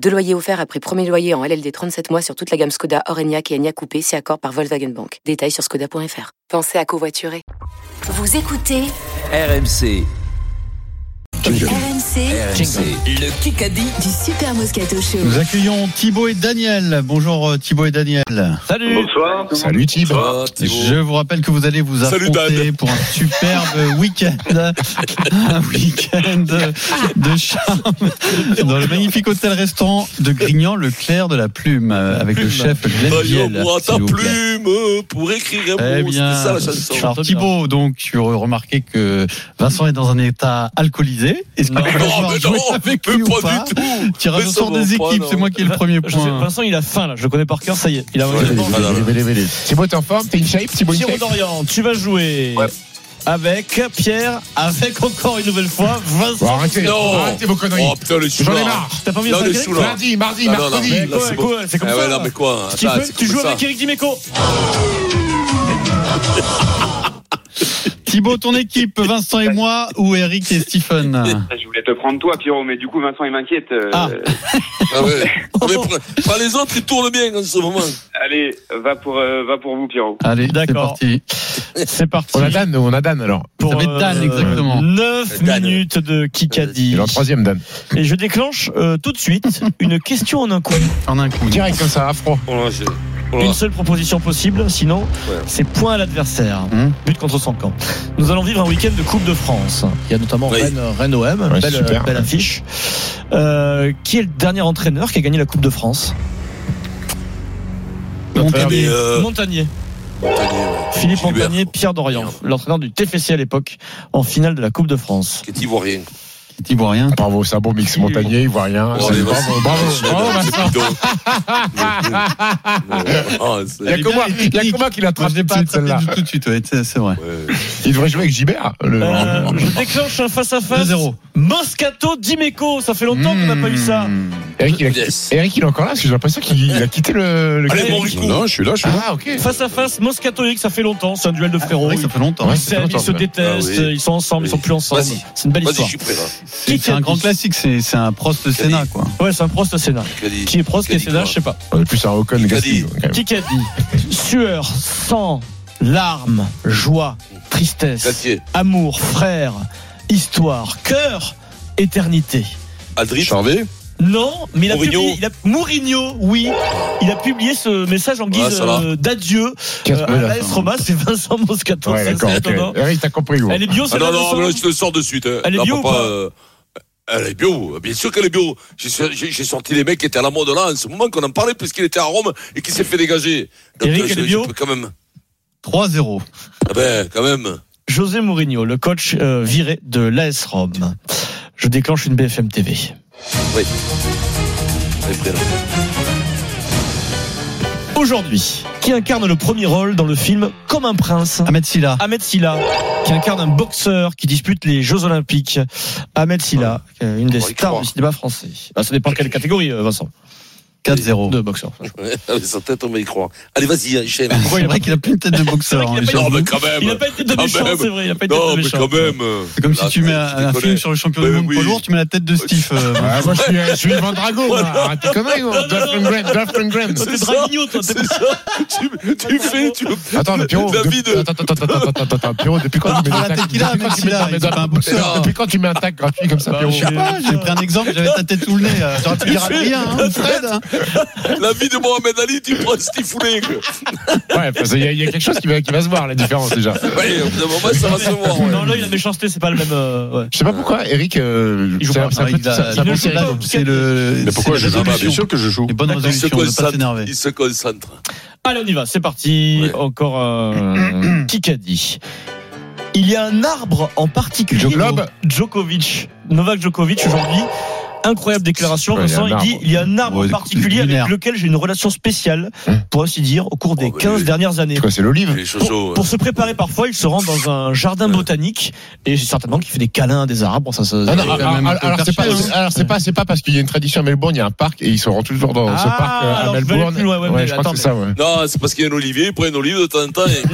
Deux loyers offerts après premier loyer en LLD 37 mois sur toute la gamme Skoda, Orenia et Enya Coupé, si accord par Volkswagen Bank. Détails sur skoda.fr. Pensez à covoiturer. Vous écoutez RMC. RMC RMC. Le Kikadi. du Super Moscato Show. Nous accueillons Thibaut et Daniel. Bonjour euh, Thibaut et Daniel. Salut. Bonsoir. Salut Thibaut. Bonsoir, Thibaut. Je vous rappelle que vous allez vous Salut, affronter pour un superbe week-end, un week-end de charme dans le magnifique hôtel-restaurant de Grignan-le-Clair de la Plume euh, avec le chef Glenn Biel, Taillons-moi ta s'il vous plaît. plume pour écrire un Très mot. C'était bien. ça la chanson. Alors Thibaut, donc tu aurais remarqué que Vincent est dans un état alcoolisé. Est-ce qu'on Non, va pouvoir mais jouer non, avec mais lui ou pas pas du tout. Tirage Mais au ça sort va des pas, équipes, non. c'est moi qui ai le premier Je sais, point. Vincent, il a faim là, je le connais par cœur, ça y est. Il a Ouais, mangé. Ah, non, non. Thibaut, t'es en forme T'es une shape Thibaut, une Giro shape d'Orient, tu vas jouer Ouais. avec Pierre, avec encore une nouvelle fois Bon, Vincent. arrêtez, Non. arrêtez vos conneries. Oh putain, les choux. J'en ai marre. T'as pas mis Non, ça les direct choux, là. Lundi, mardi, Ah, non, non, mercredi. mais là, Ouais, c'est quoi, bon. c'est comme Ah ça, ouais, là. non, mais quoi Ce qui attends, fait c'est que tu comme joues ça. avec Eric Dimeco. Thibaut, ton équipe, Vincent et moi, ou Eric et Stephen Je voulais te prendre toi, Pierrot, mais du coup, Vincent, il m'inquiète. Euh, Ah. Ah ouais. Ah, mais prends- prends les autres, ils tournent bien en ce moment. Allez, va pour, euh, va pour vous, Pierrot. Allez, c'est D'accord. parti. C'est parti. On a Dan, nous, on a Dan alors. Ça va être Dan, exactement. 9 Dan. euh, minutes de Il Kikadi. est en troisième, Dan. Et je déclenche euh, tout de suite une question en un coup. En un coup. Direct comme ça, à froid. Oh là, j'ai- oh là. Une seule proposition possible, sinon c'est point à l'adversaire. Hum. But contre son camp. Nous allons vivre un week-end de Coupe de France. Il y a notamment Oui. Rennes, Rennes OM, Ouais, belle, super. belle affiche. Euh, qui est le dernier entraîneur qui a gagné la Coupe de France Mais, Montagnier. euh, Montagnier. Montagnier, ouais. Philippe Gilbert. Montagnier, Pierre Dorian, l'entraîneur du TFC à l'époque, en finale de la Coupe de France. Qui est ivoirien. Tu vois rien. Bravo, c'est un bon mix montagnier, ivoirien. Oh, C'est- mais Ah, Bravo, vas-y. bravo, bravo, C'est Vincent. bidon. Ah, c'est- Il y a que moi, Elle est il y a technique. que moi qui l'a Ah, Moi, je l'ai attrapé pas tout de suite, attrapé celle-là. du tout de suite, ouais, c'est c'est vrai. Ouais. Il devrait jouer avec Gilbert. le- Euh, je déclenche un face-à-face. 2-0. Moscato Dimeco, ça fait longtemps qu'on n'a pas eu ça. Mmh. Eric, il a- Yes. Eric, il est encore là, parce que j'ai l'impression qu'il il a quitté le. le- Allez, mon Rico. Non, je suis là, je suis là. Ah, ok. Face à face, Moscato et Eric, ça fait longtemps, c'est un duel de C'est frérots. vrai que Ah, ça fait longtemps. Ouais, hein. Ils ça fait s'aiment, ils longtemps, se ouais. détestent, Ah oui. ils sont ensemble, ils sont Oui. plus ensemble. Vas-y. C'est une belle Vas-y, je histoire. suis prêt là. C'est c'est un grand classique, c'est c'est un Prost Kikadi. Sénat, quoi. Ouais, c'est un prost Sénat. Kikadi. Qui est prost, qui est Sénat, je sais pas. On est plus un Ocon Gasly. dit. quand même. Qui qu'a dit Sueur, sang, larmes, joie, tristesse, Galtier, amour, frère, histoire, cœur, éternité. Aldrit, Charvet, Non, mais il a, Mourinho. publié, il a- Mourinho, oui, il a publié ce message en Ouais, guise ça va. euh, d'adieu Qu'est-ce euh, que à là, l'AS ça Roma, c'est Vincent Moscato. Ouais, c'est d'accord, ok. étonnant. Eric, t'as compris, gros. Elle est bio, Ah c'est non, non, mais là, je te le sors de suite. hein. Elle est Là, bio ou papa, pas euh, Elle est bio, bien sûr qu'elle est bio. J'ai sur- J'ai j'ai sorti les mecs qui étaient à la mode là en ce moment, qu'on en parlait, puisqu'il était à Rome et qui s'est fait dégager. Eric, euh, je- elle est je bio peux quand même. 3-0. Ah ben, quand même. José Mourinho, le coach euh, viré de l'AS Rome. Je déclenche une BFM TV. Elle est hein, prête, là. Aujourd'hui, qui incarne le premier rôle dans le film Comme un prince Ahmed Silla. Ahmed Silla, qui incarne un boxeur qui dispute les Jeux Olympiques. Ahmed Silla, euh, une des Faudrait y stars croire. du cinéma français. Ah, ça dépend quelle catégorie, euh, Vincent. 4-0. De boxeur. Ouais, Avec sa tête, on va y croire. Allez, vas-y, enchaîne. C'est vrai qu'il a plus une tête de boxeur. hein, C'est vrai j'avoue. Non, qu'il a mais quand même. Ah, Il n'a pas été de Quand méchant, même. c'est vrai. Il n'a pas été Non, de hein. mais méchant. quand même. C'est comme Là, si tu mets un, un déconnes. film sur le champion Euh, du Mais monde oui. poids lourd, tu mets la tête de Steve. euh, Ah, moi, je suis, je suis Ivan Drago, moi. Arrête tes conneries, gros. Non, non, Dolph Lundgren, Dolph Lundgren. Toi, t'es C'est ça. Draguigno, toi, t'es- C'est ça. Tu, tu fais, tu. Attends, mais Pierrot, David. de- attends, attends, attends, attends, attends, attends, Pierrot, depuis quand tu mets Ah, des la tacs tequila, depuis quand Maxime, tu mets- là, il mais est attends, pas un boxeur. Depuis quand tu mets un tac gratuit comme ça, Bah, Pierrot Je sais pas, j'ai pris un exemple, j'avais la tête tout le nez. euh, J'aurais pu dire rien, hein, Fred. hein. La vie de Mohamed Ali, tu prends Steve Fouling. Ouais, parce qu'il y a- il y, a quelque chose qui va, qui va se voir, la différence déjà. Ouais, au bout d'un moment, ça va se voir. ouais. Non, là, il a méchanceté, c'est pas le même. euh, ouais. Je sais pas pourquoi, Eric, euh, Il joue c'est pas un- c'est un pareil, Ah, il peu- a- c'est un- c'est il un ne peu joue serré, pas, donc. C'est le. Mais pourquoi c'est je la joue pas Bien résolution. sûr que je joue. Les bonnes Il se résolutions, ne pas concentre. s'énerver. Il se concentre. Allez, on y va, c'est parti. Ouais. Encore euh, un Kikadi. Il y a un arbre en particulier. Joe Globe. Djokovic. Novak Djokovic, aujourd'hui, incroyable déclaration. Ouais, il Vincent, y a il un dit arbre. il y a un arbre Ouais, particulier lunaire. avec lequel j'ai une relation spéciale, pour ainsi dire, au cours des bah, 15 oui. dernières années. C'est quoi, c'est l'olive Les Pour, chaussons. pour se préparer parfois, il se rend dans un jardin botanique et certainement qu'il fait des câlins à des arbres. Ça, ça, Ah non, ça- ah, quand même ah, un peu alors c'est pas, perché, hein. alors c'est pas, c'est pas parce qu'il y a une tradition à Melbourne, il y a un parc et ils se rendent toujours dans ce Ah, parc euh, à alors je vais aller Melbourne. plus loin, ouais, mais je crois attends, que c'est ça, ouais. Non, c'est parce qu'il y a un olivier, il prend un olive de temps en temps. et-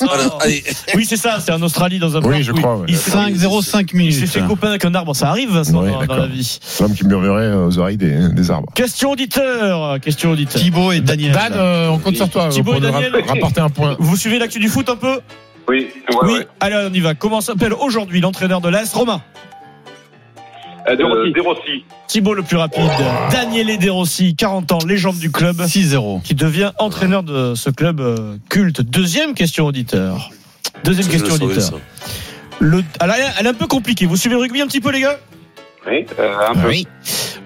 Voilà, allez. Oui, c'est ça, c'est en Australie dans un Oui, parc, je crois, ouais. Il s'est- 5 0 5 il s'est minutes. fait copain avec un arbre, ça arrive Vincent, Ouais, dans, dans la d'accord. vie. L'homme qui murmurait euh, aux oreilles des, des arbres. Question auditeur, question auditeur. Thibaut et Daniel. Dan, euh, on compte sur toi Thibaut pour et nous ra- Daniel. rapporter un point. Vous suivez l'actu du foot un peu Oui, ouais, Oui. ouais. Allez, on y va. Comment s'appelle aujourd'hui l'entraîneur de l'AS Romain Euh, De Rossi. De Rossi. Thibaut le plus rapide. Daniel De Rossi, 40 ans, légende du club, 6-0. qui devient entraîneur de ce club euh, culte. Deuxième question auditeur. Deuxième question Je le savais, auditeur. ça. Le, alors, elle est- elle est un peu compliquée. Vous suivez le rugby un petit peu, les gars Oui, euh, un peu.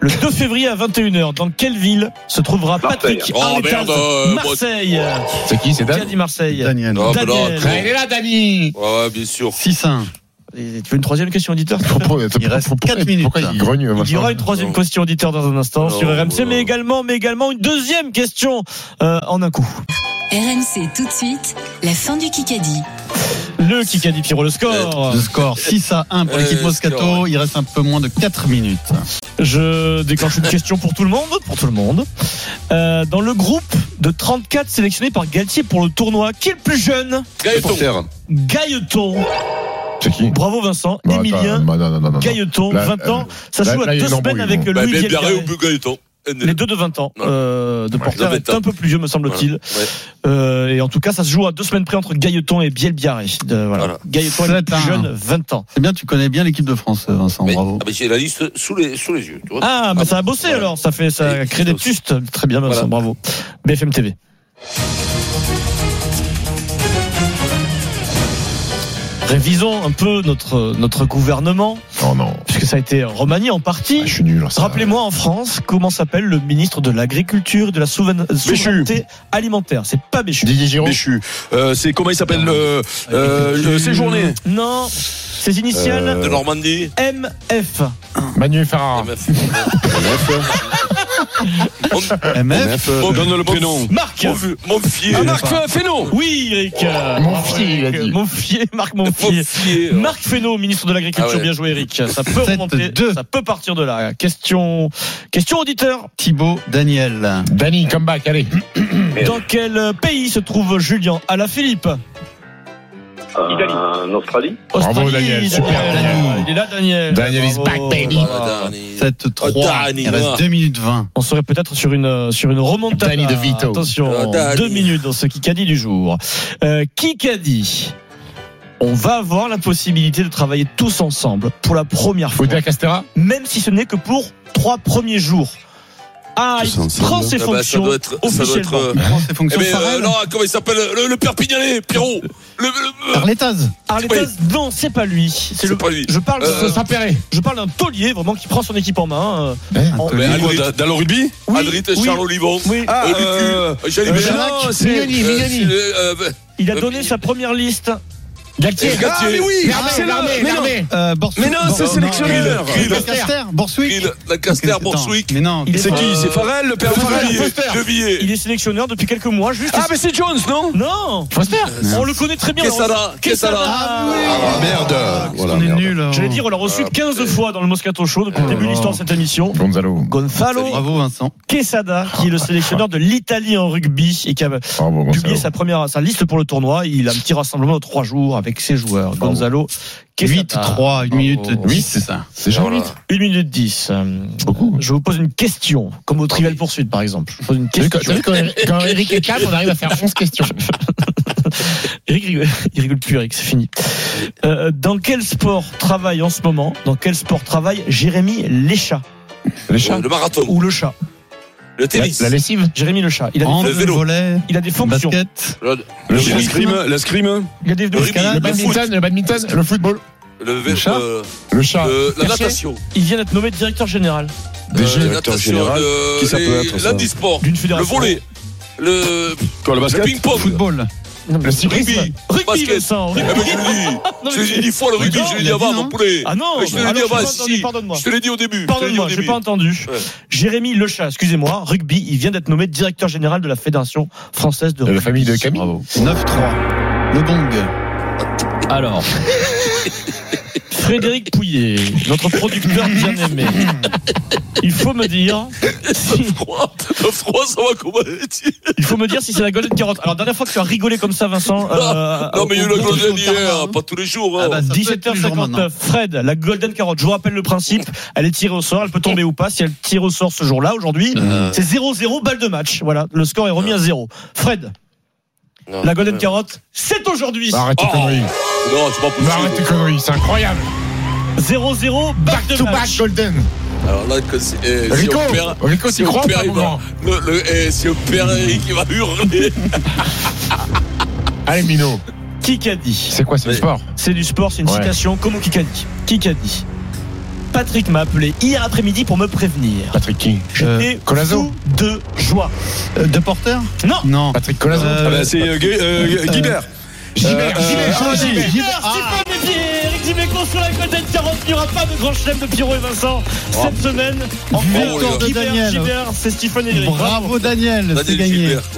Le 2 février à 21h, dans quelle ville se trouvera Marseille. Patrick Oh, Arletaz merde, euh, moi- Marseille. C'est qui, c'est Qui a Dan dit Marseille Daniel. Oh. Non, mais ben non, Daniel. attends. Ah, Il est là, Dani Ouais, ouais, bien sûr. 6-1. Et Tu veux une troisième question auditeur Il reste quatre minutes. Pourquoi il grogne Il y Vincent aura une troisième question auditeur dans un instant Oh, sur RMC, voilà. mais également, mais également une deuxième question euh, en un coup. RMC tout de suite, la fin du Kikadi. Le Kikadi Pierrot, le score. Le score 6 à 1 pour Euh, l'équipe score, Moscato. Il reste un peu moins de 4 minutes. Je déclenche une question pour tout le monde, pour tout le monde. Euh, dans le groupe de 34 sélectionnés par Galtier pour le tournoi, qui est le plus jeune Gaëton. Gailleton. C'est qui Bravo Vincent, Bon, Bah, attends, Emilien. bah, non, non, non, non. Gailleton, Là, 20 ans, euh, ça là, joue là, à il y a deux une semaines embrouille, avec bon. Louis Bah, bien Vialcarré. ou plus Gaëton. Les deux de 20 ans, Ouais. euh, de Ouais, Porter ils ont est un peu plus vieux, me semble-t-il. Ouais. Euh, et en tout cas, ça se joue à deux semaines près entre Gailleton et Bielbiaré. Euh, voilà. Voilà. Gailleton est le Sept plus à un. jeune, 20 ans. C'est Eh bien, tu connais bien l'équipe de France, euh, Vincent. Mais- Bravo. ah, mais j'ai la liste sous les, sous les yeux. Tu vois Ah, bah ça a bossé Voilà. alors, ça fait ça Et crée des chose. tustes. Très bien, Vincent, Voilà. bravo. BFM TV. Révisons un peu notre, notre gouvernement, Non, Oh, non. puisque ça a été remanié en partie. Ah, Je suis nul. en ça. Rappelez-moi en France, comment s'appelle le ministre de l'Agriculture, et de la souven- souveraineté alimentaire C'est pas Béchu. Didier Giraud. Béchu. Euh, c'est comment il s'appelle le, euh, le séjourné Non, ses initiales euh, De Normandie. MF. Manu Ah. Ferrara. MF. MF. Euh, Donne le prénom. Marc Mon fier. Ah, Marc Fe- Fesneau Oui, Eric euh, Monfier, il a dit. Monfier, Marc Monfier. Monfier. Marc Fesneau, ministre de l'Agriculture, Ah ouais. bien joué Eric. Ça peut Sept, remonter, deux. ça peut partir de là. Question, question auditeur. Thibaut, Daniel. Dani, come back, allez. Dans quel pays se trouve Julien Alaphilippe Italie. En Australie Australie, Bravo, Daniel. Super, Daniel. Il est là Daniel. Daniel is Bravo. back, Oh, baby. Ah, Voilà. 7-3. Dani, Il reste moi. 2 minutes 20. On serait peut-être sur une euh, sur une remontada. Dani de Vito. Attention, Oh, Dani. deux minutes dans ce Kikadi du jour. Euh, Kikadi. On va avoir la possibilité de travailler tous ensemble pour la première fois, Faut dire Castera même si ce n'est que pour trois premiers jours. Ah, il Tous ensemble. prend ses Ah bah, ça fonctions doit être. Ça doit officiellement. être euh, Il prend ses eh fonctions mais, euh, Farrell. non, comment il s'appelle euh, le, le Perpignanais, Pierrot. Le, le- Ah, le- Arletaz. Arletas, non, c'est pas lui. C'est C'est le. pas lui. Je parle, Euh, de- Ça paierait. je parle d'un taulier vraiment qui prend son équipe en main. euh. Eh, En- Ah, Mais Adrit. quoi, dans- Dans le rugby Oui, Adrit, oui, Charles Olivon. oui. Ah, Euh, Lucu. euh, Jean-Yves euh, Béjac. Jacques, Euh, Mignoni, c'est, Mignoni. euh, euh, Il a donné sa première liste. Galtier. Ah, mais oui, L'armée, c'est là, l'armée, mais non. l'armée. Euh, Borswick. Mais non, c'est Bor- sélectionneur. non, euh, Lancaster. Borswick. Grill, Lancaster, Attends, Borswick. Mais non. Il est C'est pas- qui Euh, C'est Farrell, le père Farrell De Il est sélectionneur depuis quelques mois. Juste. Ah, mais c'est Jones, non Non. Euh, Foster. On le connaît très bien. Quesada, Quesada. Ah oui. Ah, merde Voilà, On est merde. nul. euh, J'allais dire, on l'a Ah, reçu 15 fois dans le Moscato Show depuis le Oh début de là. l'histoire de cette émission. Gonzalo. Euh, Gonzalo Ah. Bravo, Vincent. Quesada, qui est le sélectionneur de l'Italie en rugby et qui a Bravo, Gonzalo. publié sa première sa liste pour le tournoi. Il a un petit rassemblement de trois jours avec ses joueurs. Gonzalo Quesada. 8-3, 1 minute Oh. Bravo. 10, c'est ça. C'est jean Voilà. Une minute 10. Beaucoup. Je vous pose une question, comme au Trivial Poursuite par exemple. Je vous pose une T'as vu, quand- question. t'as vu, quand Eric- quand Eric est calme, on arrive à faire 11 questions. Eric rigole, il rigole plus, Eric, c'est fini. Euh, dans quel sport travaille en ce moment, dans quel sport travaille Jérémy Léchat Les Euh, Le marathon, ou le chat le La, tennis, la lessive Jérémy le chat. Il a, En le vélo. volet, il a des fonctions. basket, le, Le Le l'escrime, l'escrime Il a des Le rugby, Le le foot, badminton, le badminton, le football, le Le chat. vélo, euh, le chat, euh, la Cachet. natation, Il vient d'être nommé directeur général Des euh, jeux, la directeur natation, euh, général. le- Qui ça peut les- être, ça l'handisport, d'une le fédération. volley, le, Quoi, le le basket ping-pong, football. Non, mais- Le cyclisme. Rugby. Rugby, Basket. Vincent. Eh ben, je te l'ai dit. Non, Je mais- te l'ai dit fois le rugby, Mais non, je l'ai il dit a avant, dit mon non. poulet. Ah non, Je te l'ai alors, dit j'ai pas avant, entendu, si. pardonne-moi. Je te l'ai dit au début. Je te l'ai dit au Pardonne-moi, j'ai début. pas entendu. Ouais. Jérémy Lechat, excusez-moi, rugby, il vient d'être nommé directeur général de la Fédération française de De rugby. la famille de Camille. Bravo. 9-3. Le gong. Alors, Frédéric Pouillet, notre producteur bien aimé. Il faut me dire, si, Froid. Le froid, ça va comment il faut me dire si c'est la golden carotte. Alors dernière fois que tu as rigolé comme ça, Vincent. euh, Non, mais il y a eu au- la au- grosse au- hier, pas tous les jours. hein. Ah bah, ça peut être tous les jours 17h59, maintenant. Fred, la Golden Carotte, je vous rappelle le principe, elle est tirée au sort, elle peut tomber ou pas, si elle tire au sort ce jour-là, aujourd'hui, Euh. c'est 0-0, balle de match, voilà, le score est remis à 0. Fred, Non, bah, la Golden ouais. Carotte, c'est aujourd'hui Bah, Arrête tes Oh. conneries. Non, c'est pas Mais Bah, Arrête tes possible. conneries, c'est incroyable. 0-0, Back balle de to back match. Golden. Alors là, que c'est- eh, si Rico, on perd. Rico, Si tu on crois perd, par il va. moment. le- le- eh, Si on perd, Eric, il va hurler. Allez, Mino, Qui qu'a dit c'est quoi, c'est le Mais- sport C'est du sport, c'est une Ouais. citation, comme au Kikadi. Kikadi. Patrick m'a appelé hier après-midi pour me prévenir. Patrick King. J'étais Euh, Colazo fou de joie. Euh, De porteur Non Non. Patrick Colazo. Euh, Ah bah, c'est euh, Gu- euh, Guibert. Gilbert, euh, Gilbert, Ah, Gilbert. Gilbert, Stéphane Métier, Eric Dimeco sur la Golden Carotte. Il n'y aura pas de grand chelem de Pierrot et Vincent Oh. cette semaine. En Bravo, victoire les gars. Gilbert, Daniel. Ah, Gilbert, c'est Stéphane et Eric. Bravo Daniel, c'est Daniel gagné. Gilbert.